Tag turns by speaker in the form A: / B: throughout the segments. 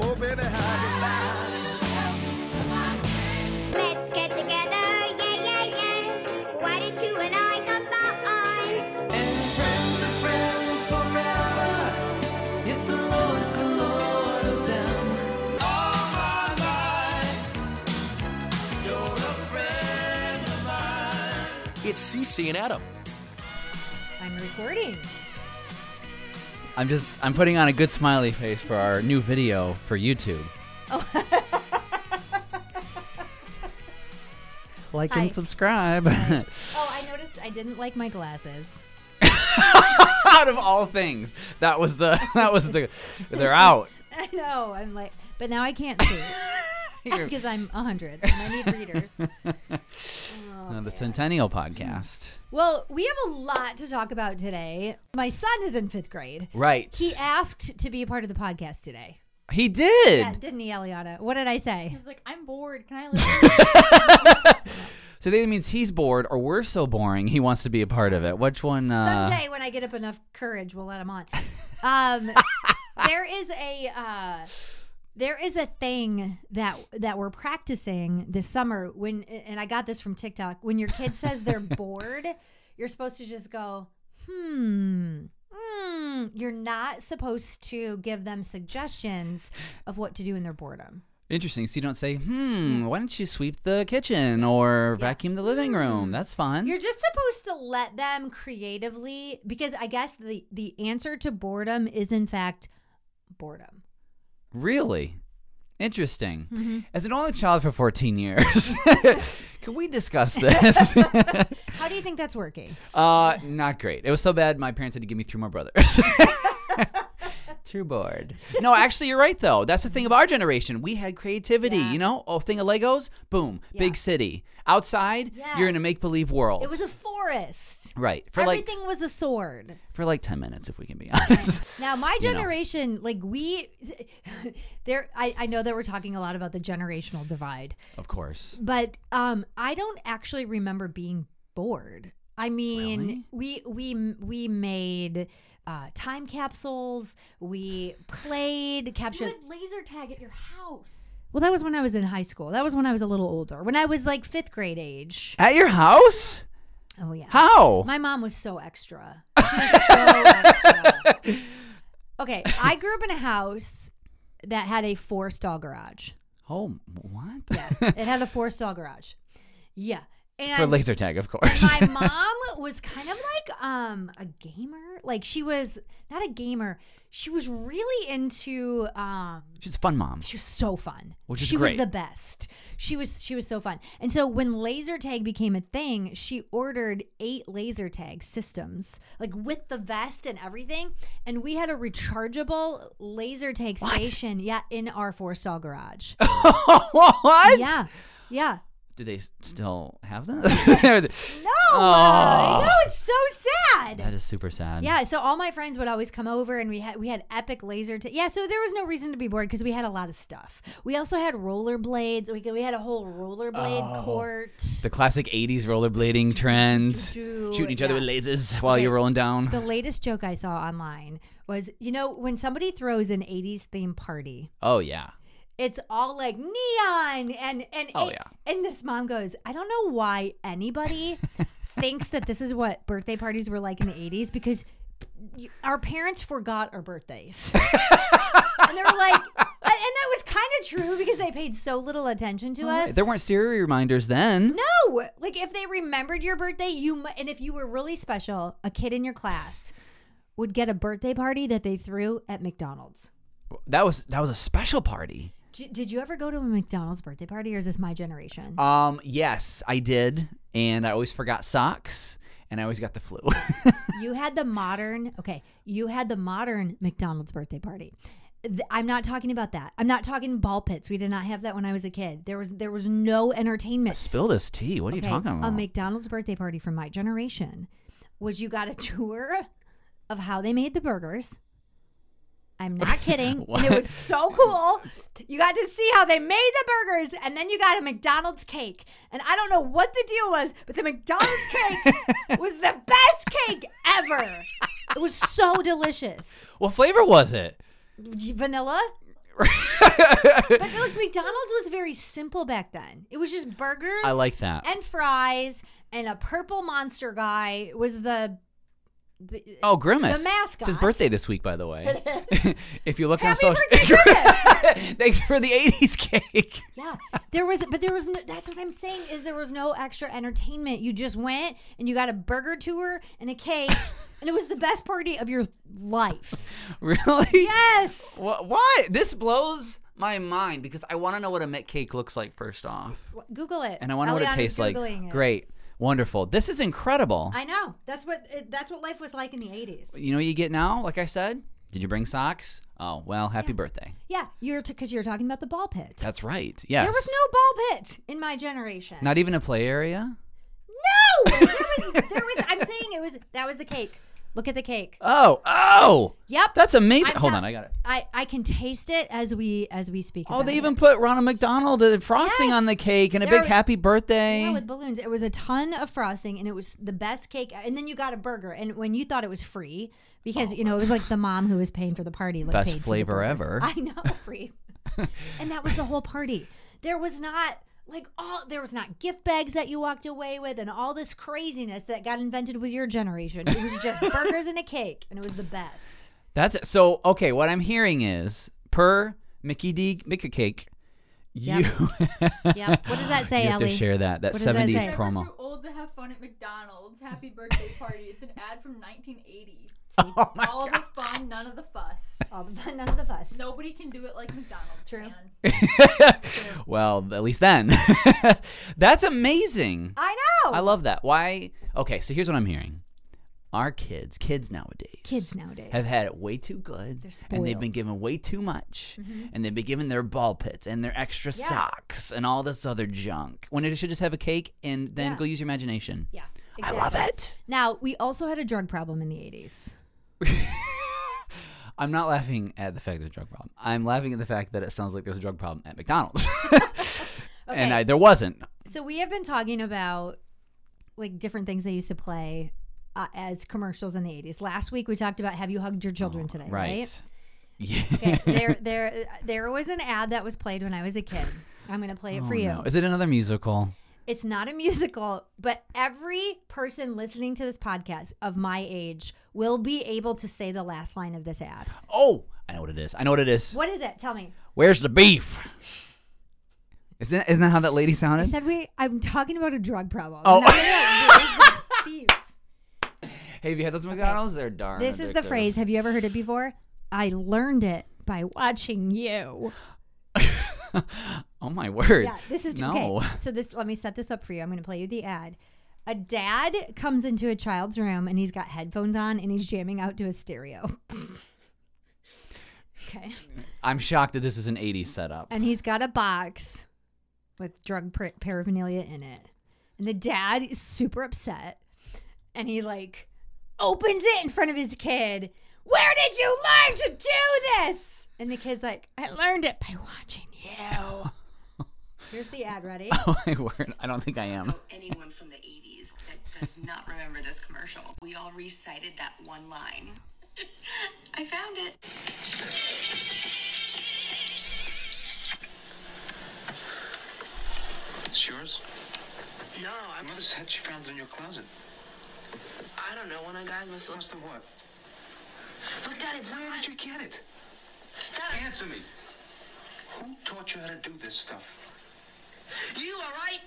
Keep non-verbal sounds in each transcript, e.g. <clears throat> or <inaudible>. A: Oh, baby, how you like?
B: Let's get together, yeah, yeah, yeah. Why don't you and I combine?
C: And friends are friends forever. If the Lord's the Lord of them, all my life, you're a friend of mine.
D: It's Cece and Adam.
E: I'm recording.
F: I'm just I'm putting on a good smiley face for our new video for YouTube. <laughs> like
E: Hi.
F: and subscribe.
E: Oh, I noticed I didn't like my glasses.
F: <laughs> out of all things, that was the <laughs> that was the they're out.
E: <laughs> I know. I'm like, but now I <laughs> can't see
F: You're-
E: because I'm 100 and I <laughs> need readers.
F: uh, the Centennial podcast.
E: Well, we have a lot to talk about today. My son is in fifth grade.
F: Right.
E: He asked to be a part of the podcast today.
F: He did.
E: Yeah, didn't he, Eliana? What did I say?
G: I was like, I'm bored. Can I listen?
F: So that means he's bored or we're so boring he wants to be a part of it. Which one uh
E: Someday, when I get up enough courage, we'll let him on. Um, there is a uh, there is a thing that that we're practicing this summer. When and I got this from TikTok. When your kid says they're bored, you're supposed to just go, hmm. hmm." You're not supposed to give them suggestions of what to do in their boredom.
F: Interesting. So you don't say, "Hmm, why don't you sweep the kitchen or vacuum the living room?" That's fun.
E: You're just supposed to let them creatively because I guess the the answer to boredom is in fact boredom.
F: Really? Interesting.
E: Mm-hmm.
F: As an only child for 14 years, <laughs> can we discuss
E: <laughs>
F: this?
E: How do you think that's working?
F: uh, not great. It was so bad, my parents had to give me three more brothers. <laughs> Too bored. No, actually, you're right, though. That's the thing about our generation. We had creativity,
E: Yeah.
F: you know? Oh, thing of Legos, boom, big city. Outside,
E: Yeah.
F: you're in a make believe world.
E: It was a forest.
F: right. For like,
E: Everything was a sword.
F: for like 10 minutes, if we can be <laughs> honest.
E: Now my
F: You know.
E: generation, like we, <laughs> there. I, I know that we're talking a lot about the generational divide,
F: of course.
E: but um, I don't actually remember being bored. I mean, we we we made uh, time capsules. We played
G: you
E: capture.
G: would laser tag at your house.
E: Well, that was when I was in high school. That was when I was a little older. When I was like fifth grade age.
F: At your house?
E: Oh yeah.
F: How?
E: My mom was so extra. She was so extra. Okay, I grew up in a house that had a four stall garage.
F: oh, what?
E: It had a four stall garage. Yeah.
F: <laughs>
E: And
F: for <laughs> laser tag, of course.
E: Um, my mom was kind of like um a gamer. Like she was not a gamer. She was really into um
F: She's a fun mom.
E: she was so fun.
F: Which is
E: she
F: great.
E: was the best. She was she was so fun. And so when laser tag became a thing, she ordered eight laser tag systems, like with the vest and everything. And we had a rechargeable laser tag station, yeah, in our four
F: <laughs>
E: stall garage.
F: <laughs> what?
E: yeah. Yeah.
F: Do they s- still have <laughs> that?
E: No.
F: Aw.
E: I know it's so sad.
F: that is super sad.
E: Yeah, so all my friends would always come over, and we had we had epic laser. T- yeah, so there was no reason to be bored because we had a lot of stuff. We also had rollerblades. We could- we had a whole rollerblade court.
F: The classic 80s rollerblading trend.
E: do-
F: Shooting each other
E: yeah.
F: with lasers <laughs> while you're
E: Okay.
F: rolling down.
E: the latest joke I saw online was, you know, when somebody throws an '80s theme party,
F: oh, yeah.
E: it's all like neon and and
F: Oh, yeah.
E: And this mom goes, I don't know why anybody
F: <laughs>
E: thinks that this is what birthday parties were like in the '80s because you- our parents forgot our birthdays, <laughs> and they were like, and that was kind of true because they paid so little attention to us.
F: There weren't Siri reminders then.
E: No, like if they remembered your birthday, you mu- and if you were really special, a kid in your class would get a birthday party that they threw at McDonald's.
F: That was that was a special party.
E: J- did you ever go to a McDonald's birthday party, or is this my generation?
F: Um, yes, I did. And I always forgot socks and I always got the flu. <laughs>
E: you had the modern. Okay, you had the modern McDonald's birthday party. Th- I'm not talking about that. I'm not talking ball pits. We did not have that when I was a kid. There was there was no entertainment.
F: Spill this tea. What are
E: Okay,
F: you talking about?
E: A McDonald's birthday party for my generation was you got a <laughs> tour of how they made the burgers. I'm
F: <laughs>
E: not kidding. and it was so cool. You got to see how they made the burgers, and then you got a McDonald's cake. And I don't know what the deal was, but the McDonald's
F: <laughs>
E: cake was the best cake ever. It was so delicious.
F: what flavor was it? <laughs>
E: Vanilla? But look, McDonald's was very simple back then. It was just burgers
F: I like that.
E: and fries, and a purple monster guy was the. the
F: Oh, Grimace.
E: The
F: It's his
E: mascot.
F: birthday this week, by the way. <laughs> if you look
E: Happy
F: on <laughs>
E: birthday,
F: social
E: Grimace!
F: Thanks for the 80s cake. <laughs>
E: Yeah, there was, but there was no. That's what I'm saying is there was no extra entertainment. You just went and you got a burger tour and a cake, and it was the best party of your life.
F: Really?
E: Yes,
F: Wha- Why? This blows my mind because I want to know what a mint cake looks like first off.
E: Google it.
F: And I want to know what it
E: Eliana's
F: tastes like.
E: Googling it.
F: Great. Wonderful. This is incredible.
E: I know. That's what it, that's what life was like in the 80s.
F: you know what you get now? Like I said, did you bring socks? Oh, well, happy birthday.
E: Yeah, you're because you're talking about the ball pit.
F: That's right. Yes.
E: there was no ball pit in my generation.
F: Not even a play area?
E: no, there was, there was. I'm saying it was that was the cake. Look at the cake.
F: Oh, oh.
E: Yep.
F: That's amazing.
E: I'm
F: Hold
E: tell-
F: on, I got it.
E: I I can taste it as we as we speak.
F: Oh,
E: about
F: they
E: it.
F: even put Ronald McDonald uh, frosting
E: Yes.
F: on the cake and a
E: There-
F: big happy birthday.
E: Yeah, with balloons. It was a ton of frosting, and it was the best cake. And then you got a burger, and when you thought it was free, because you know it was like the mom who was paying for the party. Like,
F: Oh, Best
E: paid for the
F: flavor
E: burgers.
F: ever.
E: <laughs> I know,
F: <laughs>
E: free. and that was the whole party. There was not like all there was not gift bags that you walked away with, and all this craziness that got invented with your generation. It was
F: <laughs>
E: just burgers and a cake, and it was the best.
F: That's it. So, okay, what I'm hearing is per Mickey D. Mickey Cake, you, <laughs>
E: Yep. Yeah. What does that say,
F: you have
E: Ellie?
F: to share that, that
E: What does that
F: 70s
E: say?
G: Never
F: promo.
G: too old to have fun at McDonald's. Happy birthday party. It's an ad from 1980.
F: <laughs> Oh my
G: All of the fun, none of the fuss.
E: Oh, <laughs> none of the fuss.
G: Nobody can do it like McDonald's.
E: True.
F: <laughs>
G: man.
F: Well, at least then. <laughs> That's amazing.
E: I know.
F: I love that. Why? Okay, so here's what I'm hearing. Our kids, kids nowadays,
E: kids nowadays.
F: have had it way too good,
E: They're
F: and they've
E: spoiled. Mm-hmm.
F: been given way too much, and they've been given their ball pits and their extra
E: Yeah.
F: socks and all this other junk. When it should just have a cake and then
E: Yeah.
F: go use your imagination.
E: yeah.
F: I love
E: exactly.
F: it.
E: Now, we also had a drug problem in the 80s.
F: <laughs> I'm not laughing at the fact there's a drug problem. I'm laughing at the fact that it sounds like there's a drug problem at McDonald's, <laughs> and
E: Okay.
F: I, there wasn't.
E: So, we have been talking about like different things they used to play uh, as commercials in the 80s. Last week we talked about have you hugged your children today, right?
F: Oh, Right. Yeah. <laughs>
E: Okay, there there there was an ad that was played when I was a kid. I'm going to play it for
F: Oh,
E: you.
F: no. Is it another musical?
E: It's not a musical, but every person listening to this podcast of my age will be able to say the last line of this ad.
F: Oh, I know what it is. I know what it is.
E: What is it? Tell me.
F: Where's the beef? Isn't isn't that how that lady sounded?
E: I said we I'm talking about a drug problem.
F: Oh.
E: Not about-
F: <laughs>
E: where's the beef?
F: hey, have you had those McDonald's? They're darn.
E: This is the
F: addictive.
E: phrase. Have you ever heard it before? I learned it by watching you.
F: Oh my word.
E: Yeah, this is
F: no.
E: okay. So this let me set this up for you. I'm going to play you the ad. A dad comes into a child's room and he's got headphones on and he's jamming out to a stereo. <laughs> okay.
F: <laughs> I'm shocked that this is an '80s
E: <laughs>
F: setup. <laughs>
E: And he's got a box with drug par- paraphernalia in it. And the dad is super upset. And he like opens it in front of his kid. Where did you learn to do this? And the kid's like, I learned it by watching you. Here's the ad, ready? <laughs>
F: Oh my word. I don't think I am. <laughs>
D: anyone from the 80s that does not remember this commercial. We all recited that one line. <laughs> I found it.
H: It's yours?
D: No,
H: My
D: I'm.
H: mother said she found it in your closet.
D: I don't know. One of the guys must have
H: Must have what?
D: looked at it. It's not
H: Where
D: mine.
H: did you get it?
D: That
H: Answer me. Who taught you how to do this stuff?
D: is- You all right?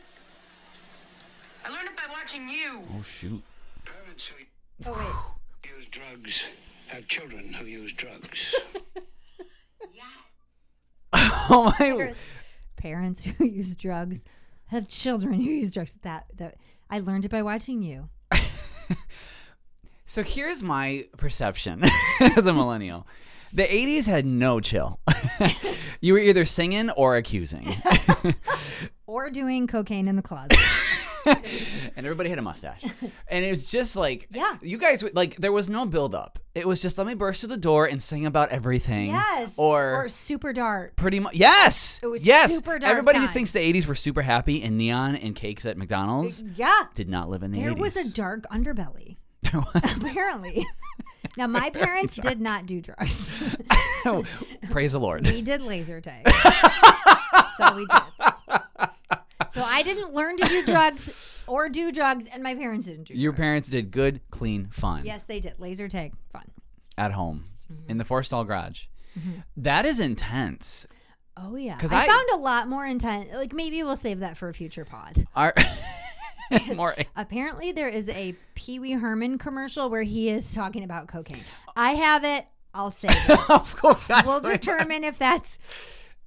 D: I learned it by watching you.
F: Oh shoot.
H: Parents who
E: Oh wait.
H: use drugs have children who use drugs.
F: Oh my. word.
E: Parents who use drugs have children who use drugs. That that I learned it by watching you.
F: So here's my perception <laughs> as a millennial. The 80s had no chill. <laughs> you were either singing or
E: <laughs>
F: accusing.
E: Or doing cocaine in the closet.
F: and everybody had a mustache. And it was just like,
E: Yeah.
F: you guys would like there was no build up. It was just let me burst through the door and sing about everything.
E: yes.
F: Or,
E: or super dark.
F: pretty much yes.
E: It was
F: yes.
E: super dark
F: everybody who
E: time.
F: thinks the 80s were super happy and neon and cakes at McDonald's
E: Yeah.
F: did not live in the
E: There
F: 80s.
E: was a dark underbelly,
F: <laughs> There was- <laughs>
E: apparently. now, my parents did not do drugs.
F: Praise the
E: <laughs>
F: Lord.
E: We did
F: <laughs>
E: laser tag. so we did. So I didn't learn to do drugs or do drugs, and my parents didn't do
F: Your
E: drugs.
F: parents did good, clean, fun
E: Yes, they did. Laser tag. Fun.
F: at home
E: Mm-hmm.
F: in the four stall garage. That is intense.
E: Oh, yeah.
F: 'Cause
E: I,
F: I-
E: found a lot more intense. Like, maybe we'll save that for a future pod.
F: Our <laughs> more
E: Apparently, there is a Pee Wee Herman commercial where he is talking about cocaine. I have it. I'll save it.
F: of course. <laughs>
E: We'll determine if that's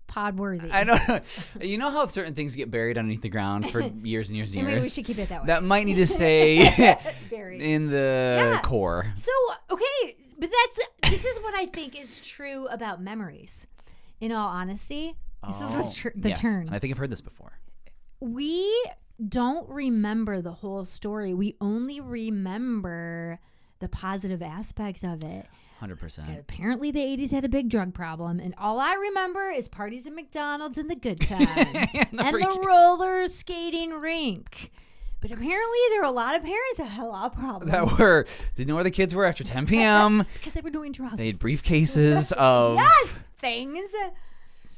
E: pod worthy.
F: I know. You know how certain things get buried underneath the ground
E: <laughs>
F: for years and years and years.
E: Maybe we should keep it that way.
F: that might
E: <laughs>
F: need to stay <laughs>
E: Buried.
F: in the
E: Yeah.
F: core.
E: So okay, but that's this is what I think is true about memories. In all honesty, this is
F: Oh,
E: the, tr- the
F: yes.
E: turn.
F: And I think I've heard this before.
E: we don't remember the whole story. We only remember the positive aspects of it.
F: 100%.
E: Apparently, the '80s had a big drug problem, and all I remember is parties at McDonald's and
F: <laughs>
E: the good times
F: And the
E: and the
F: freak-
E: roller skating rink. But apparently, there were a lot of parents that had a lot of
F: <laughs>
E: problems
F: That were, didn't know where the kids were after 10
E: <laughs>
F: p.m.
E: because they were doing drugs.
F: They had
E: <laughs>
F: briefcases of.
E: yes, things.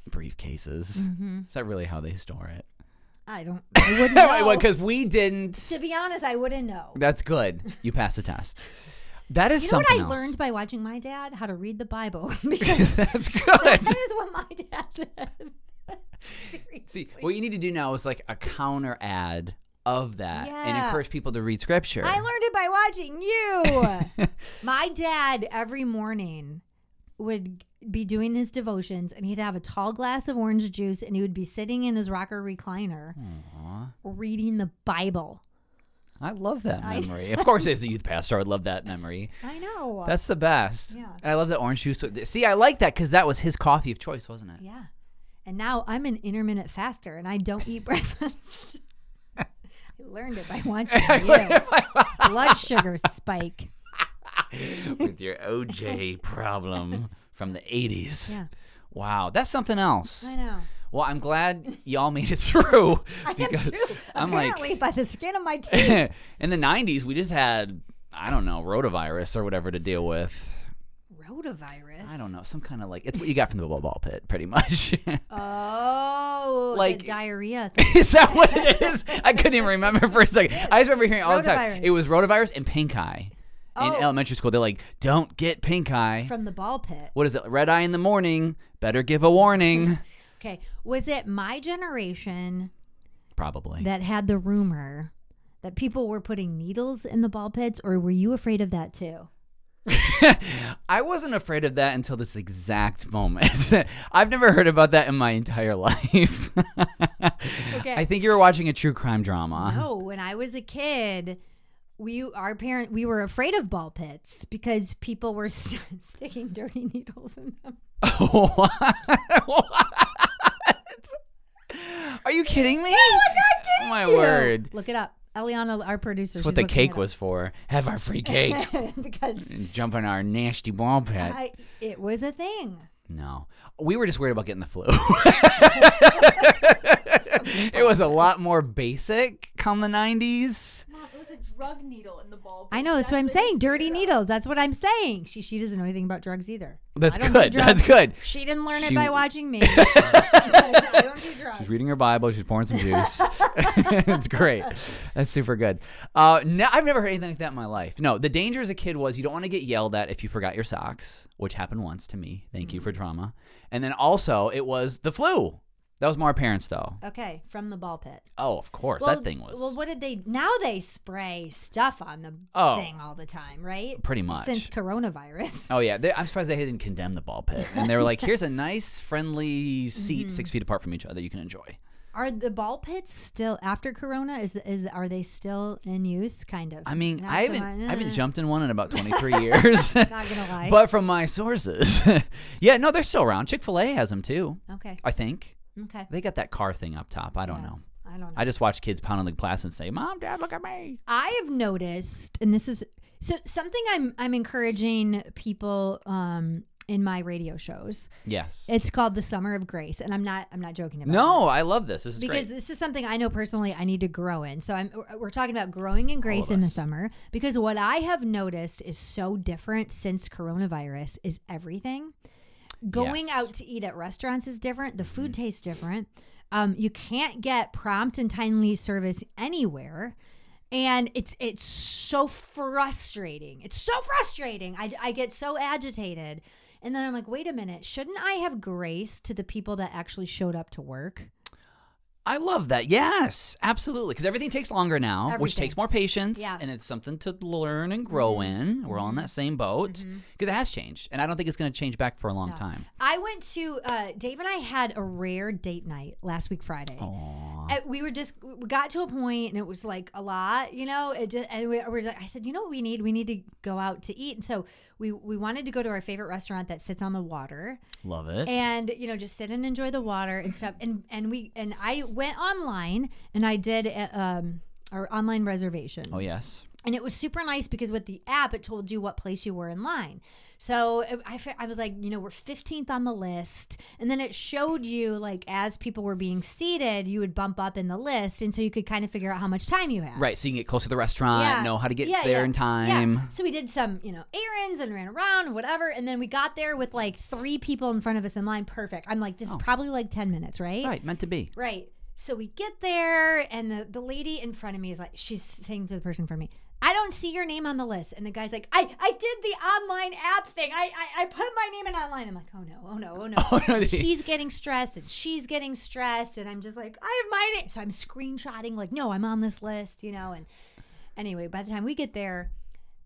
F: Briefcases.
E: Mm-hmm.
F: Is that really how they store it? <laughs>
E: I don't. I wouldn't know.
F: Because we didn't.
E: to be honest, I wouldn't know.
F: That's good. You passed the test. That is
E: You know what I
F: something else.
E: learned by watching my dad how to read the Bible <laughs> because
F: <laughs> That's
E: that
F: good.
E: is what my dad did. <laughs> Seriously.
F: See, what you need to do now is like a counter ad of that and
E: Yeah.
F: encourage people to read scripture.
E: I learned it by watching
F: <laughs>
E: you. my dad every morning would be doing his devotions and he'd have a tall glass of orange juice and he would be sitting in his rocker recliner reading the Bible.
F: I love that
E: <laughs>
F: memory. of course, as a youth pastor, I would love that memory.
E: I know.
F: That's the best.
E: Yeah.
F: I love the orange juice. with- See, I like that because that was his coffee of choice, wasn't it?
E: Yeah. And now I'm an intermittent faster and I don't eat <laughs> breakfast. I learned it by <laughs> watching you. Blood sugar spike.
F: <laughs> With your
E: <laughs>
F: OJ problem from the 80s.
E: Yeah.
F: Wow, that's something else.
E: I know.
F: Well, I'm glad y'all made it <laughs> through because I'm
E: Apparently,
F: like
E: by the skin of my teeth.
F: <laughs> in the 90s we just had I don't know, rotavirus or whatever to deal with.
E: Rotavirus.
F: I don't know, some kind of like it's what you got from the ball pit pretty much. <laughs>
E: Oh,
F: Like-
E: like diarrhea. Thing.
F: is that what it is? I couldn't even remember for a second. I just remember hearing all the time
E: Rotavirus.
F: it was rotavirus and pink eye. In
E: Oh.
F: elementary school they're like, "Don't get pink eye."
E: From the ball pit.
F: what is it? Red eye in the morning. Better give a
E: <laughs>
F: warning.
E: Okay. Was it my generation
F: Probably.
E: that had the rumor that people were putting needles in the ball pits, or were you afraid of that too?
F: I wasn't afraid of that until this exact moment. <laughs> I've never heard about that in my entire <laughs> life. I think you were watching a true crime drama.
E: No, when I was a kid, we our parent we were afraid of ball pits because people were <laughs> st- sticking dirty needles in them.
F: what? <laughs> Are you kidding me? oh my word.
E: Look it up, Eliana, our producer.
F: That's what
E: she's
F: the
E: looking
F: cake
E: it
F: was for. Have our free
E: <laughs>
F: cake.
E: up. <laughs> because
F: and jump in our nasty ball pit.
E: I, it was a thing.
F: No. We were just worried about getting the
E: <laughs>
F: flu. <laughs> it was a lot more basic come the 90s.
G: Mom, it was a drug needle in the ball.
E: I know that's what I'm saying. Dirty
G: needle.
E: needles. That's what I'm saying. She she doesn't know anything about drugs either.
F: That's
E: I don't do
F: good. That's good.
E: drugs. She didn't learn
F: She-
E: it by
F: <laughs>
E: watching me. <laughs> I don't do drugs.
F: She's reading her Bible. She's pouring <laughs> some juice. it's great. That's super good. Uh, no, I've never heard anything like that in my life. No, the danger as a kid was you don't want to get yelled at if you forgot your socks, which happened once to me. Thank you for drama. And then also it was the flu. That was more parents though.
E: Okay, from the ball pit.
F: Oh, of course that thing was
E: Well, what did they? Now they spray stuff on the
F: Oh.
E: thing all the time, right?
F: pretty much. <laughs>
E: Since coronavirus. <laughs>
F: oh yeah, they, I'm surprised they didn't condemn the ball pit. And they were <laughs> like, "Here's a nice, friendly seat, six feet apart from each other. You can enjoy."
E: Are the ball pits still after Corona? Is the, is are they still in use? Kind of.
F: I mean,
E: Not
F: I
E: so
F: haven't
E: much.
F: I haven't jumped in one in about
E: <laughs>
F: 23 years. Not
E: gonna lie.
F: But from my sources, <laughs> yeah, no, they're still around. Chick Fil A has them too.
E: <laughs> Okay.
F: I think
E: Okay.
F: they got that car thing up top. I don't
E: Yeah.
F: know.
E: I don't know.
F: I just watch kids pounding the glass and say, "Mom, Dad, look at me."
E: I have noticed, and this is so something I'm I'm encouraging people um, in my radio shows.
F: Yes.
E: It's called the Summer of Grace, and I'm not I'm not joking about it.
F: no, I love this. This is
E: Because
F: great.
E: this is something I know personally I need to grow in. So I'm we're- we're talking about growing in grace
F: of
E: in the
F: us.
E: summer because what I have noticed is so different since coronavirus is everything. going
F: Yes. Mm-hmm.
E: out to eat at restaurants is different. The food tastes different. Um, you can't get prompt and timely service anywhere. And it's it's so frustrating. It's so frustrating. I, I get so agitated. And then I'm like, wait a minute, shouldn't I have grace to the people that actually showed up to work?
F: I love that. Yes, absolutely. Because everything takes longer now, which
E: Everything.
F: takes more patience,
E: Yeah. Mm-hmm.
F: and it's something to learn and grow in. We're all in that same boat because it has changed, and I don't think it's going to change back for a long time.
E: I went to uh, Dave and I had a rare date night last week Friday. And we were just we got to a point and it was like a lot, you know. It just and we were like, I said, you know what we need? We need to go out to eat. And so we we wanted to go to our favorite restaurant that sits on the water
F: Love it.
E: and you know just sit and enjoy the water and stuff. And and we and I went online and I did uh, um our online reservation.
F: oh yes.
E: And it was super nice because with the app, it told you what place you were in line. So it- I, fe- I was like, you know, we're 15th on the list. And then it showed you, like, as people were being seated, you would bump up in the list. And so you could kind of figure out how much time you had.
F: Right, so you can get close to the restaurant, know how to get
E: Yeah,
F: there
E: yeah,
F: in
E: yeah.
F: time.
E: So we did some, you know, errands and ran around, whatever. And then we got there with like three people in front of us in line. Perfect. I'm like, this
F: Oh.
E: is probably like 10 minutes,
F: Right, meant to
E: <laughs>
F: be.
E: Right. So we get there, and the, the lady in front of me is like, she's saying to the person in front of me, I don't see your name on the list. And the guy's like, I, I did the online app thing. I, I, I put my name in online. I'm like, oh no, oh no, oh no.
F: <laughs> Oh, no.
E: He's getting stressed, and she's getting stressed. And I'm just like, I have my name. So I'm screenshotting, like, no, I'm on this list, you know. And anyway, by the time we get there,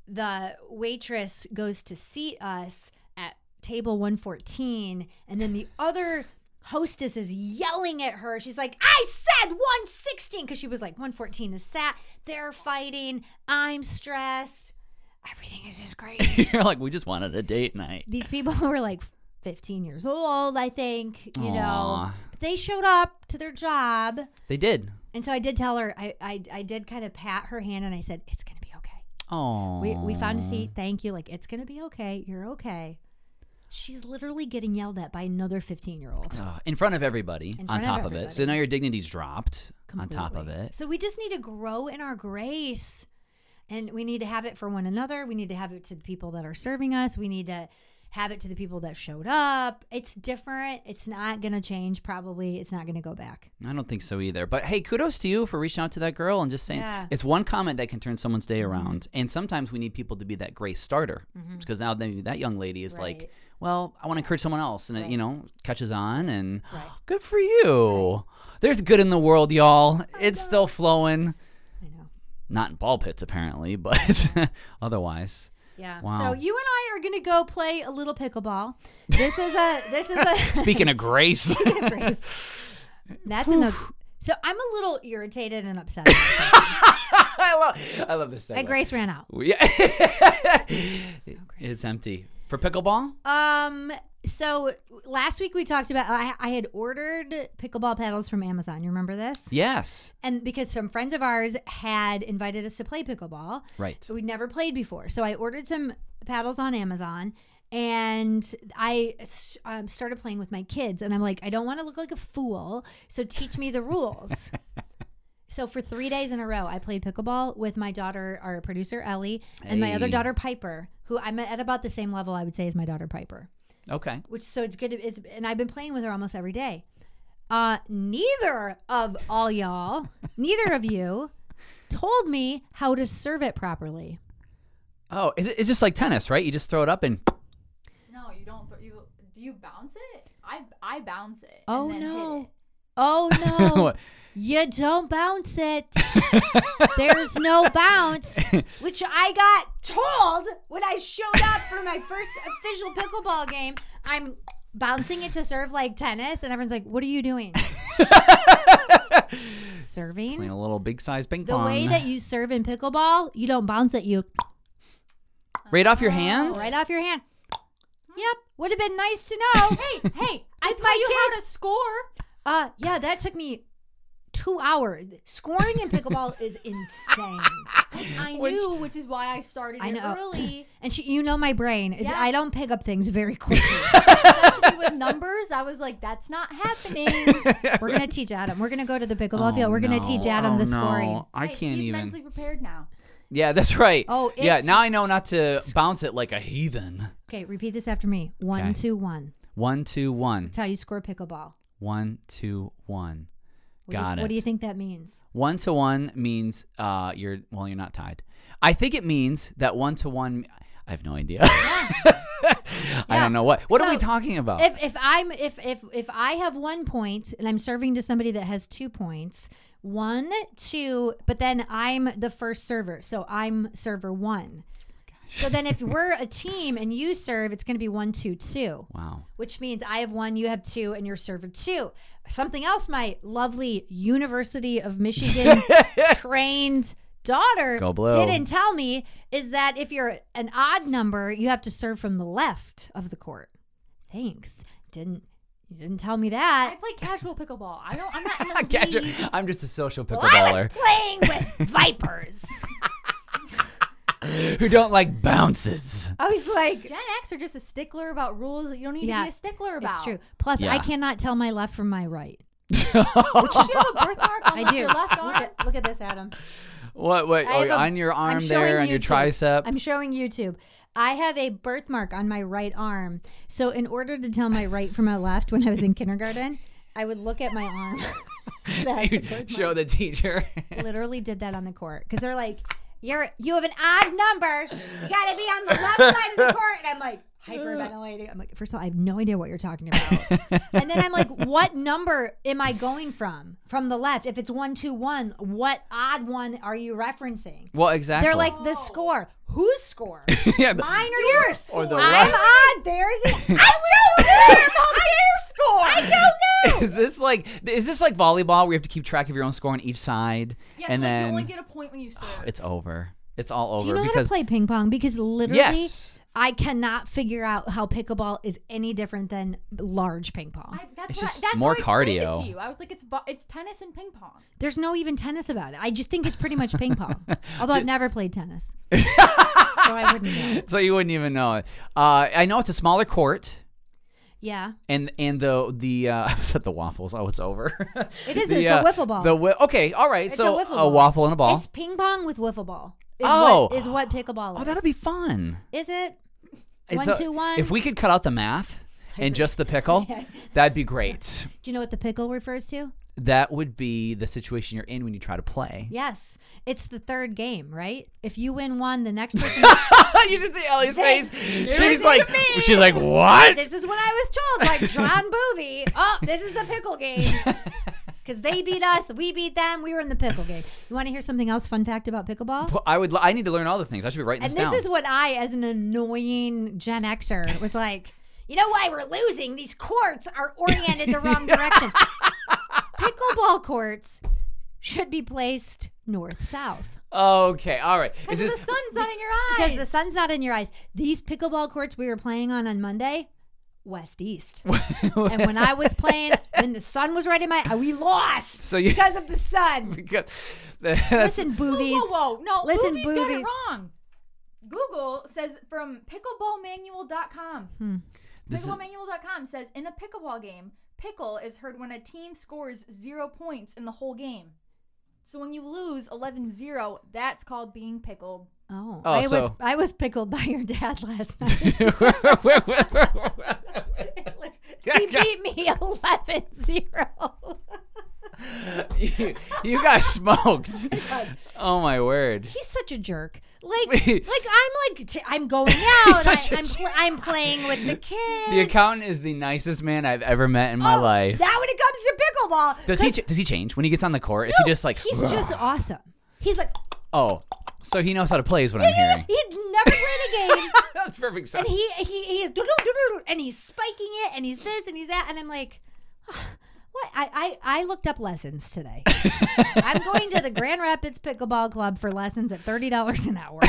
E: the waitress goes to seat us at table 114 and then the other hostess is yelling at her she's like i said 116 because she was like 114 is sat they're fighting i'm stressed everything is just great
F: <laughs> You're like, we just wanted a date night.
E: these people <laughs> were like 15 years old i think you know
F: Aw.
E: But they showed up to their job
F: They did.
E: and so i did tell her i i, I did kind of pat her hand and i said it's gonna be okay
F: Oh,
E: we, we found a seat. Thank you. Like, it's going to be okay. You're okay. She's literally getting yelled at by another 15 year old.
F: in front of everybody,
E: In
F: on
E: front of
F: top of, it. So
E: everybody.
F: now your dignity's dropped on top of
E: Completely.
F: it.
E: So we just need to grow in our grace. And we need to have it for one another. We need to have it to the people that are serving us. We need to have it to the people that showed up. It's different. It's not going to change, probably. It's not going to go back.
F: I don't think so either. But hey, kudos to you for reaching out to that girl and just saying
E: Yeah. Mm-hmm.
F: it's one comment that can turn someone's day around. And sometimes we need people to be that grace starter because now maybe that young lady is
E: Right.
F: like, well, I want to encourage someone else, and it, you know, catches on, and
E: Right.
F: <gasps> good for you. There's good in the world, y'all. it's still flowing.
E: I know.
F: Not in ball pits apparently, but <laughs> otherwise.
E: Yeah.
F: Wow.
E: So you and I are going to go play a little pickleball. This is a, this is
F: <laughs>
E: a. <laughs>
F: Speaking of grace,
E: Grace. That's another. So I'm a little irritated and upset.
F: I love, I love this.
E: that
F: segue. <laughs>
E: Grace ran out.
F: Yeah. it's empty for pickleball.
E: Um. So last week we talked about I, I had ordered pickleball paddles from Amazon. You remember this?
F: Yes.
E: And because some friends of ours had invited us to play pickleball,
F: Right.
E: We'd never played before, so I ordered some paddles on Amazon, and I s- um, started playing with my kids. And I'm like, I don't want to look like a fool, so teach me the rules. so for three days in a row, I played pickleball with my daughter, our producer Ellie, and my other
F: Hey.
E: daughter Piper, who I'm at about the same level I would say as my daughter Piper
F: Okay.
E: which so it's good. To, it's and I've been playing with her almost every day. Uh, neither of all y'all, neither of you, told me how to serve it properly.
F: Oh, is it- it's just like tennis, right? You just throw it up and <laughs>
G: No, you don't. Th- you do you bounce it? I I bounce it.
E: Oh
G: and then
E: no!
G: Hit it. <laughs>
E: Oh no! you don't bounce it. There's no
G: <laughs>
E: bounce, which I got told when I showed up for my first official pickleball game. I'm bouncing it to serve like tennis, and everyone's like, "What are you
G: <laughs>
E: doing?" Serving.
F: playing a little big size ping
E: The
F: pong.
E: way that you serve in pickleball, you don't bounce it, you
F: right off your hand.
E: Oh, right off your hand. Yep. Would have been nice to know. hey,
G: <laughs> Hey, I
E: With
G: taught
E: my
G: you how to
E: kids.
G: score.
E: uh yeah, that took me two hours. Scoring
F: <laughs>
E: in pickleball is insane.
G: I knew, which is why I started
E: I
G: it
E: know. <laughs>
G: early.
E: <clears throat> And she, you know my brain. Is,
G: Yeah.
E: I don't pick up things
F: <laughs>
E: very quickly.
G: Especially with numbers, I was like, that's not
F: <laughs>
G: happening.
E: We're gonna teach Adam. We're gonna go to the pickleball
F: Oh,
E: field. We're gonna
F: no.
E: teach Adam
F: Oh,
E: the
F: no.
E: scoring.
F: I
G: Hey,
F: can't
G: he's
F: even.
G: mentally prepared now.
F: Yeah, that's right.
E: Oh,
F: yeah.
E: it's-
F: Now I know not to bounce it like a heathen.
E: Okay, repeat this after me. One,
F: Okay.
E: two, one.
F: One, two, one.
E: That's how you score pickleball.
F: One, two, one.
E: What
F: Got
E: do,
F: it.
E: What do you think that means?
F: One to one means uh, you're well, you're not tied. I think it means that one to one. I have no idea. <laughs> I
E: Yeah.
F: don't know what. What are we
E: So,
F: talking about?
E: If if I'm if if if I have one point and I'm serving to somebody that has two points, one, two, but then I'm the first server, so I'm server one. So then if we're a team and you serve, it's going to be one, two, two.
F: wow.
E: which means I have one, you have two, and you're server two. Something else my lovely University
F: <laughs>
E: of Michigan trained daughter
F: Go blue.
E: didn't tell me is that if you're an odd number, you have to serve from the left of the court. Thanks. Didn't you didn't tell me
G: I
E: that.
G: play casual pickleball. I don't. I'm
F: <laughs>
G: not in the
F: Catch it.
G: league.
F: I'm just a social
E: Well, I
F: pickleballer
E: was playing
F: <laughs>
E: with vipers.
F: who don't like bounces.
E: I was like,
G: Gen X are just a stickler about rules that you don't need
E: Yeah,
G: to be a stickler about.
E: it's true. Plus, I
F: Yeah.
E: cannot tell my left from my right.
F: <laughs>
G: You should have a birthmark on
E: I do.
G: your left arm.
E: Look at, look at this, Adam.
F: What? What?
E: I have a-
F: Oh, on your
E: I'm
F: arm
E: showing
F: there, on your
E: YouTube.
F: tricep. <laughs>
E: I'm showing YouTube. I have a birthmark on my right arm. So in order to tell my right from my left when I was in kindergarten, I would look at my arm. <laughs> that has a
F: <laughs> You
E: birthmark.
F: show the teacher.
E: <laughs> Literally did that on the court because they're like, "You're you have an odd number. You got to be on the left side
F: <laughs>
E: of the court." And I'm like hyperventilating. I'm like, first of all, I have no idea what you're talking about. and
F: <laughs>
E: then I'm like, what number am I going from from the left? If it's one two one, what odd one are you referencing?
F: well, exactly. <laughs>
E: They're like the score. Whose score?
F: yeah, the-
E: Mine or yours?
F: Or the
E: I'm on theirs.
F: <laughs>
E: and- I don't know. I their score. I don't know. <laughs>
F: is this like is this like volleyball where you have to keep track of your own score on each side
G: Yeah, so
F: and
G: like
F: then
G: you only get a
F: <sighs>
G: point when you serve.
F: it's over it's all over
E: Do you know how to
F: because
E: play ping pong? Because literally,
F: Yes.
E: I cannot figure out how pickleball is any different than large ping pong.
G: I, that's
F: It's
G: what I-
F: just
G: that's
F: more
G: how I explained It
F: cardio.
G: to you. I was like, it's bo- it's tennis and ping
E: <laughs>
G: pong.
E: There's no even tennis about it. I just think it's pretty much ping
F: <laughs>
E: pong. Although I've never played tennis, so I wouldn't know.
F: <laughs> so you wouldn't even know it uh, i know it's a smaller court
E: Yeah,
F: and and the the uh, <laughs> I was at the waffles oh it's over
E: it
F: <laughs>
E: is.
F: The,
E: it's
F: uh,
E: a wiffle ball.
F: the wi- okay all right
E: It's
F: so
E: a, wiffle
F: a
E: ball.
F: waffle and a ball
E: It's ping pong with wiffle ball. Is
F: Oh.
E: what, is what pickleball is.
F: oh that'll be fun
E: Is it?
F: It's
E: One,
F: a-
E: two, one.
F: if we could cut out the math and just the
E: <laughs>
F: pickle that'd be great
E: Do you know what the pickle refers to?
F: that would be the situation you're in when you try to play <laughs>
E: Yes, it's the third game, right? If you win one, the next person.
F: you just see Ellie's face.
E: This- this
F: She's
E: is
F: like,
E: me.
F: she's like, what?
E: this is what I was told, like John Bovey. Oh, this is the pickle game. Because they beat us, we beat them. We were in the pickle game. You want to hear something else? Fun fact about pickleball.
F: Well, I would. I need to learn all the things. I should be writing
E: And
F: this
E: this
F: down.
E: is what I, as an annoying Gen Xer, was like. You know why we're losing? These courts are oriented the wrong direction. Pickleball courts should be placed north south.
F: okay, all right. Is
G: Because the
F: this?
G: sun's not in your eyes.
E: <laughs> Because the sun's not in your eyes. These pickleball courts we were playing on on Monday,
F: <laughs>
E: west east. and when I was playing, when the sun was right in my, we lost
F: So <laughs> you-
E: because of the sun.
F: Because that's
E: Listen, boobies.
G: Whoa, whoa, whoa. no!
E: Listen,
G: Boofy's got
E: Boofy.
G: it wrong. Google says from pickleballmanual.com.
F: This is-
G: Pickleballmanual.com says in a pickleball game, pickle is heard when a team scores zero points in the whole game. So when you lose 11-0, that's called being pickled.
E: Oh,
F: Oh,
E: I was
F: so-
E: I was pickled by your dad
F: <laughs>
E: last night. <laughs> he beat me <laughs> 11-0.
F: you, you got
E: <laughs>
F: smokes. Oh my word.
E: He's such a jerk. Like,
F: <laughs> Wait.
E: like I'm like t-
F: <laughs>
E: I'm going out. I,
F: such a
E: I'm pl- I'm playing with the kids.
F: The accountant is the nicest man I've ever met in my
E: Oh,
F: life.
E: Now when it comes to pickleball,
F: Does he? Ch- does he change when he gets on the court? Is he just like?
E: he's
F: <sighs>
E: just awesome. He's like
F: oh, so he knows how to play is what I'm hearing.
E: <laughs> he'd never played a game,
F: <laughs> That's perfect.
E: and
F: Sound.
E: he he he is doo-doo-doo-doo-doo, and he's spiking it, and he's this and he's that, and I'm like, <sighs> what? I I, I looked up lessons
F: <laughs>
E: today. I'm going to the Grand Rapids Pickleball Club for lessons at thirty dollars
F: <laughs>
E: an hour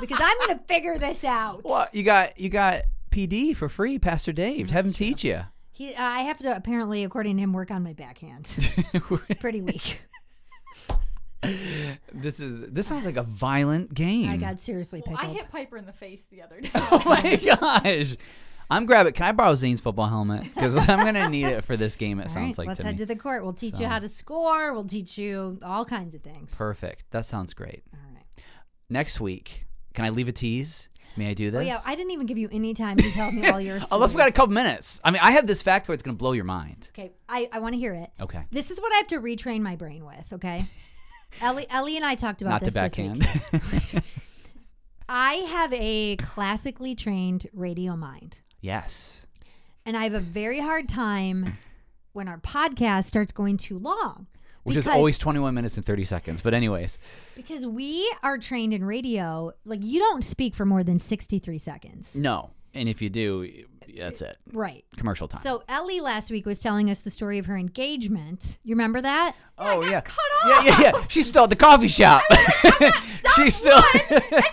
E: because I'm going to figure this out.
F: Well, you got you got PD for free, Pastor Dave. Have him teach you.
E: He I have to apparently, according to him, work on
F: <laughs>
E: my backhand. It's pretty weak.
F: this is this sounds like a violent game.
E: I got seriously
G: Well,
E: pickled.
G: I hit Piper in the face the other day.
F: <laughs> oh my gosh. I'm grabbing. Can I borrow Zane's football helmet? Because <laughs> I'm gonna need it for this game. It
E: All right,
F: sounds like
E: let's
F: to
E: head
F: me.
E: to the court. We'll teach you how to score. We'll teach you all kinds of things.
F: Perfect. That sounds great.
E: All right.
F: Next week, can I leave a tease? May I do this?
E: Oh, yeah, I didn't even give you any time to tell me all
F: <laughs>
E: your stories.
F: Unless we got a couple minutes. Oh, I mean, I have this fact where it's going to blow your mind.
E: Okay, I, I want to hear it.
F: Okay.
E: This is what I have to retrain my brain with,
F: <laughs>
E: okay? Ellie, Ellie and I talked about
F: Not to
E: this this week.
F: backhand. <laughs>
E: I have a classically trained radio mind,
F: yes.
E: and I have a very hard time when our podcast starts going too long.
F: Which is
E: because-
F: always 21 minutes and 30 seconds. But, anyways,
E: because we are trained in radio, like you don't speak for more than 63 seconds.
F: no. And if you do, that's it.
E: Right.
F: Commercial time.
E: So Ellie last week was telling us the story of her engagement. You remember that?
F: oh, yeah. yeah. Yeah, yeah, She's still at the coffee shop. <laughs> She's still.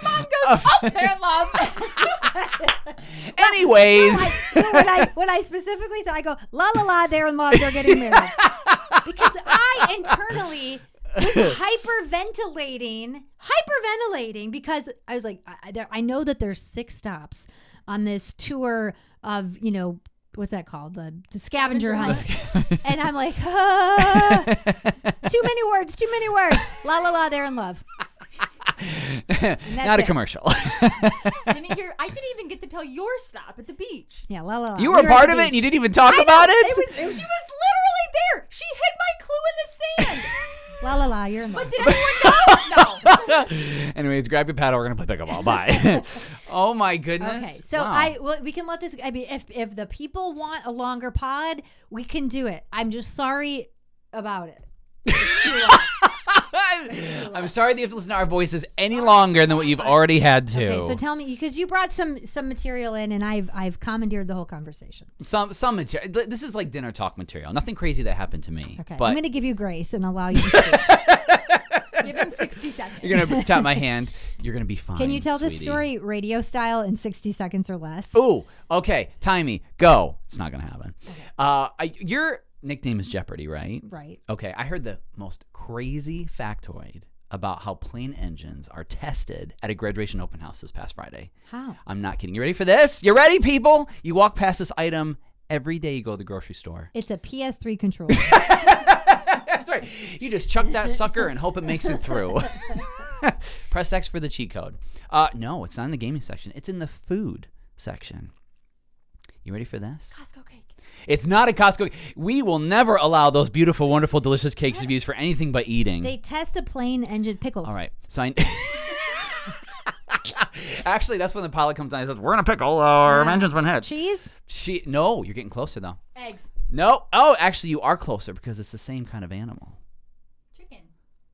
G: Mom goes up there,
F: <laughs>
E: <laughs>
G: love.
F: anyways.
E: when I when I specifically said I go la la la there and love they're getting married because I internally was hyperventilating hyperventilating because I was like I, I- there, I know that there's six stops on this tour of you know what's that called the, the scavenger hunt and I'm like ah, too many words too many words la la la they're
F: <laughs>
E: in love And that's
F: Not a
E: it.
F: commercial.
G: didn't hear, I didn't even get to tell your stop at
E: <laughs>
G: the beach.
E: yeah la la la
F: you were
E: We
F: a
E: at
F: part
E: the
F: of it and you
E: beach.
F: didn't even talk
G: I know,
F: about it?
G: It was, she was literally there. She hid my clue in the sand.
E: la la la you're in love
G: But did anyone know? No.
F: <laughs>
E: <laughs>
F: Anyways, grab your paddle. We're going to play pickleball. Bye. <laughs> oh, my goodness.
E: Okay, so
F: Wow.
E: I well, we can let this. I mean, if if the people want a longer pod, we can do it. I'm just sorry about it. <laughs>
F: I'm sorry that you have to listen to our voices any longer than what you've already had to.
E: Okay, so tell me because you brought some some material in, and I've I've commandeered the whole conversation.
F: some some material. This is like dinner talk material. Nothing crazy that happened to me.
E: Okay,
F: but
E: I'm going to give you grace and allow
F: <laughs>
E: you. to speak.
G: Give him 60 seconds.
F: you're gonna
E: <laughs>
F: tap my hand. You're gonna be fine.
E: Can you tell this
F: sweetie.
E: story radio style in 60 seconds or less?
F: Ooh, okay. Timey, go. It's not gonna happen. Uh, I, your nickname is Jeopardy, right?
E: Right.
F: Okay, I heard the most crazy factoid about how plane engines are tested at a graduation open house this past Friday.
E: How?
F: I'm not kidding. You ready for this? You ready, people? You walk past this item every day you go to the grocery store.
E: It's a PS3
F: <coughs>
E: controller.
F: That's right. You just chuck that sucker and hope it makes it through. <laughs> Press X for the cheat code. Uh, no, it's not in the gaming section. It's in the food section. You ready for this?
G: Costco cake.
F: It's not a Costco. We will never allow those beautiful, wonderful, delicious cakes to be used for anything but eating.
E: they test a plane engine pickles.
F: All right. Sign. <laughs> Actually, that's when the pilot comes on and says, "We're in a pickle. Our engine's been hit."
E: Cheese.
F: She. No, you're getting closer though.
G: Eggs.
F: No. Oh, actually, you are closer because it's the same kind of animal,
G: Chicken.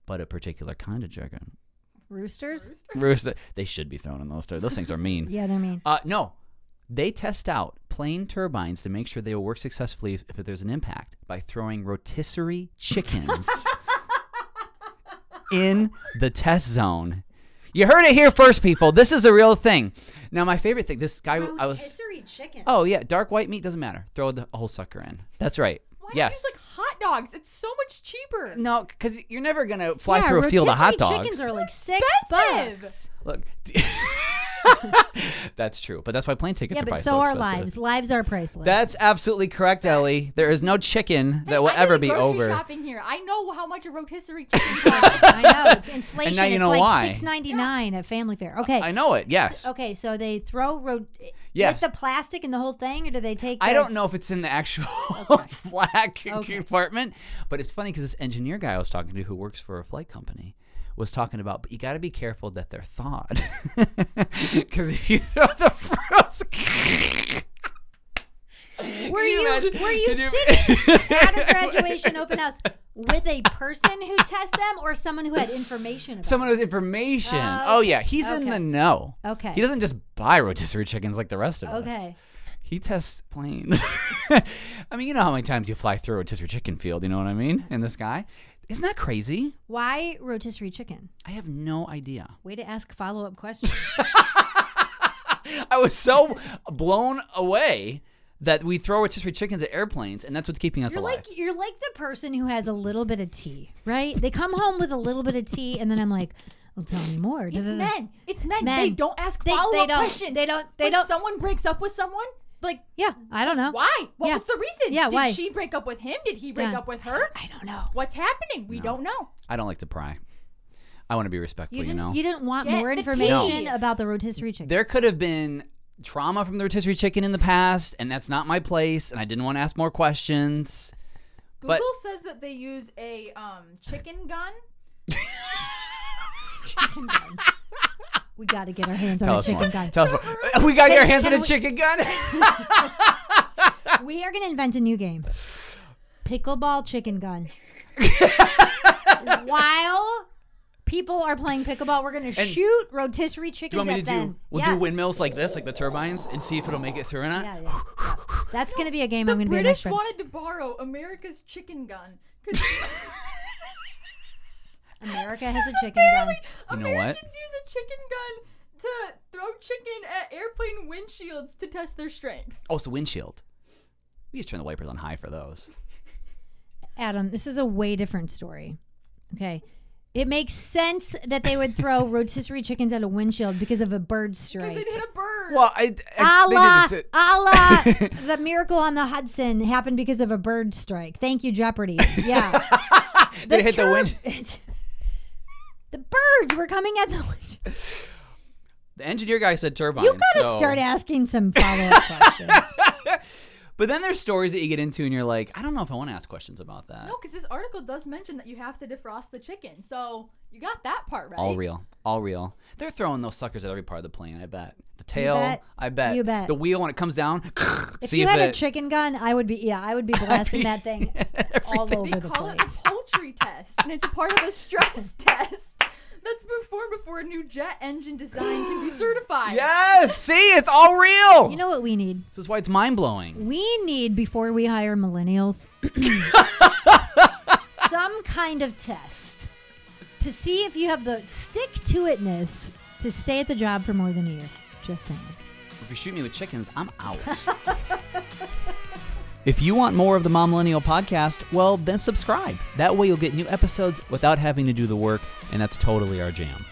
F: but a particular kind of chicken.
E: Roosters.
F: Rooster. They should be thrown in those. Stores. Those things are mean.
E: <laughs> Yeah, they're mean.
F: Uh, no, they test out plane turbines to make sure they will work successfully if, if there's an impact by throwing rotisserie chickens
E: <laughs>
F: in the test zone. You heard it here first, people. This is a real thing. Now, my favorite thing. This guy. I was.
E: Rotisserie chicken.
F: Oh yeah, dark white meat doesn't matter. Throw the whole sucker in. That's right.
G: Why
F: yes.
G: don't you use like hot dogs? It's so much cheaper.
F: no, because you're never gonna fly
E: yeah,
F: through a field of hot
E: rotisserie
F: dogs.
E: Chickens are like six
G: expensive.
E: bucks.
F: Look, <laughs> that's true, but that's why plane tickets
E: Yeah,
F: are
E: but
F: probably
E: so are
F: expensive.
E: lives. Lives are priceless.
F: That's absolutely correct, Ellie. There is no chicken that will
G: I did
F: ever
G: the
F: be
G: grocery
F: over.
G: shopping here. I know how much a rotisserie chicken
E: <laughs>
G: costs.
E: I know it's
F: <laughs>
E: inflation.
F: And now you
E: it's
F: know
E: like
F: why.
E: Six ninety nine at Family Fair. Okay.
F: I know it. Yes.
E: Okay, so they throw ro-
F: Yes.
E: with the plastic and the whole thing, or do they take?
F: I
E: the-
F: don't know if it's in the actual <laughs> black compartment, but it's funny because this engineer guy I was talking to, who works for a flight company, was talking about. But you got to be careful that they're thawed, <laughs> because if you throw the
E: <laughs>
F: frozen. <laughs>
E: Were
F: you
E: you,
F: imagine-
E: were you
F: could you-
E: sitting at
F: <laughs>
E: a graduation open house with a person who tests them, or someone who had information about?
F: Someone
E: it?
F: who's information.
E: Oh,
F: Oh
E: okay.
F: yeah, he's in
E: Okay.
F: the know.
E: Okay.
F: He doesn't just buy rotisserie chickens like the rest of us.
E: Okay.
F: He tests planes. <laughs> I mean, you know how many times you fly through a rotisserie chicken field, you know what I mean? And this guy, isn't that crazy?
E: Why rotisserie chicken?
F: I have no idea. <laughs>
E: Way to ask follow up questions.
F: I was
E: <laughs>
F: so blown away that we throw rotisserie chickens at airplanes, and that's what's keeping us
E: You're
F: alive.
E: like you're like the person who has a little bit of tea, right? They come home with a little bit of tea, and then I'm like, "Well, tell me more."
G: it's
E: Da-da-da.
G: men. It's men. They
E: Men.
G: don't ask
E: They- they
G: follow up
E: don't.
G: questions.
E: They don't- they
G: when
E: don't-
G: someone breaks up with someone, like,
E: Yeah, I don't know.
G: why? What
E: Yeah.
G: was the reason?
E: Yeah,
G: Did
E: why?
G: she break up with him? Did he break
E: Yeah.
G: up with her?
E: I don't know.
G: What's happening? We don't know.
F: I don't like to pry. I want to be respectful,
E: You
F: you,
E: didn't. You,
F: know.
E: didn't want
G: Get
E: more
G: the
E: information
G: tea.
E: about the rotisserie chicken.
F: there could have been trauma from the rotisserie chicken in the past, and that's not my place, and I didn't want to ask more questions.
G: Google
F: But-
G: says that they use a um, chicken gun.
E: chicken gun. <laughs> We got to get our hands
F: Tell
E: on a
F: us more.
E: chicken gun.
F: Tell us more. Uh, We got your hands on
E: can
F: a
E: we-
F: chicken
E: <laughs>
F: gun.
E: We are going to invent a new game. Pickleball chicken gun.
F: <laughs>
E: While people are playing pickleball, we're going to
F: And-
E: shoot rotisserie chickens
F: you want me to
E: at them.
F: do? We'll
E: Yeah.
F: do windmills like this, like the turbines, and see if it'll make it through or not.
E: Yeah, yeah, yeah. That's going to be a game I'm going
G: the
E: to be an
G: British
E: expert.
G: wanted to borrow America's chicken gun
E: <laughs>
G: because
E: America has a chicken gun.
F: You know what?
G: Americans use a chicken gun to throw chicken at airplane windshields to test their strength.
F: Oh, it's the windshield. We just turn the wipers on high for those.
E: Adam, this is a way different story. Okay. It makes sense that they would
G: <laughs>
E: throw rotisserie chickens at a windshield because of a bird
G: Because
E: strike.
G: they'd hit a bird.
F: Well, I,
E: Allah,
F: <laughs>
E: Allah, the miracle on the Hudson happened because of a bird strike. Thank you, Jeopardy.
F: <laughs>
E: Yeah,
F: They hit the wind-
E: <laughs> the birds were coming at the windshield.
F: <laughs> the engineer guy said turbines.
E: You gotta
F: so-
E: start asking some
F: <laughs>
E: follow-up questions.
F: But then there's stories that you get into, and you're like, I don't know if I want to ask questions about that.
G: No, because this article does mention that you have to defrost the chicken. So you got that part right.
F: All real. All real. They're throwing those suckers at every part of the plane, I bet. The tail,
E: bet.
F: I bet.
E: You bet.
F: The wheel when it comes down. <laughs>
E: If
F: see
E: you
F: if
E: had
F: it
E: a chicken gun, I would be. Yeah, I would be blasting
F: <laughs>
E: that thing all over
G: They
E: the
G: call it
E: place.
G: a poultry test, and it's a part of a stress <laughs> test that's performed before a new jet engine design can be certified.
F: Yes, see, it's all real.
E: You know what we need?
F: this is why it's mind blowing.
E: We need before we hire millennials some kind of test to see if you have the stick to itness to stay at the job for more than a year. Just saying.
F: If you shoot me with chickens, I'm out. if you want more of the Mom Millennial podcast, well, then subscribe. That way you'll get new episodes without having to do the work, and that's totally our jam.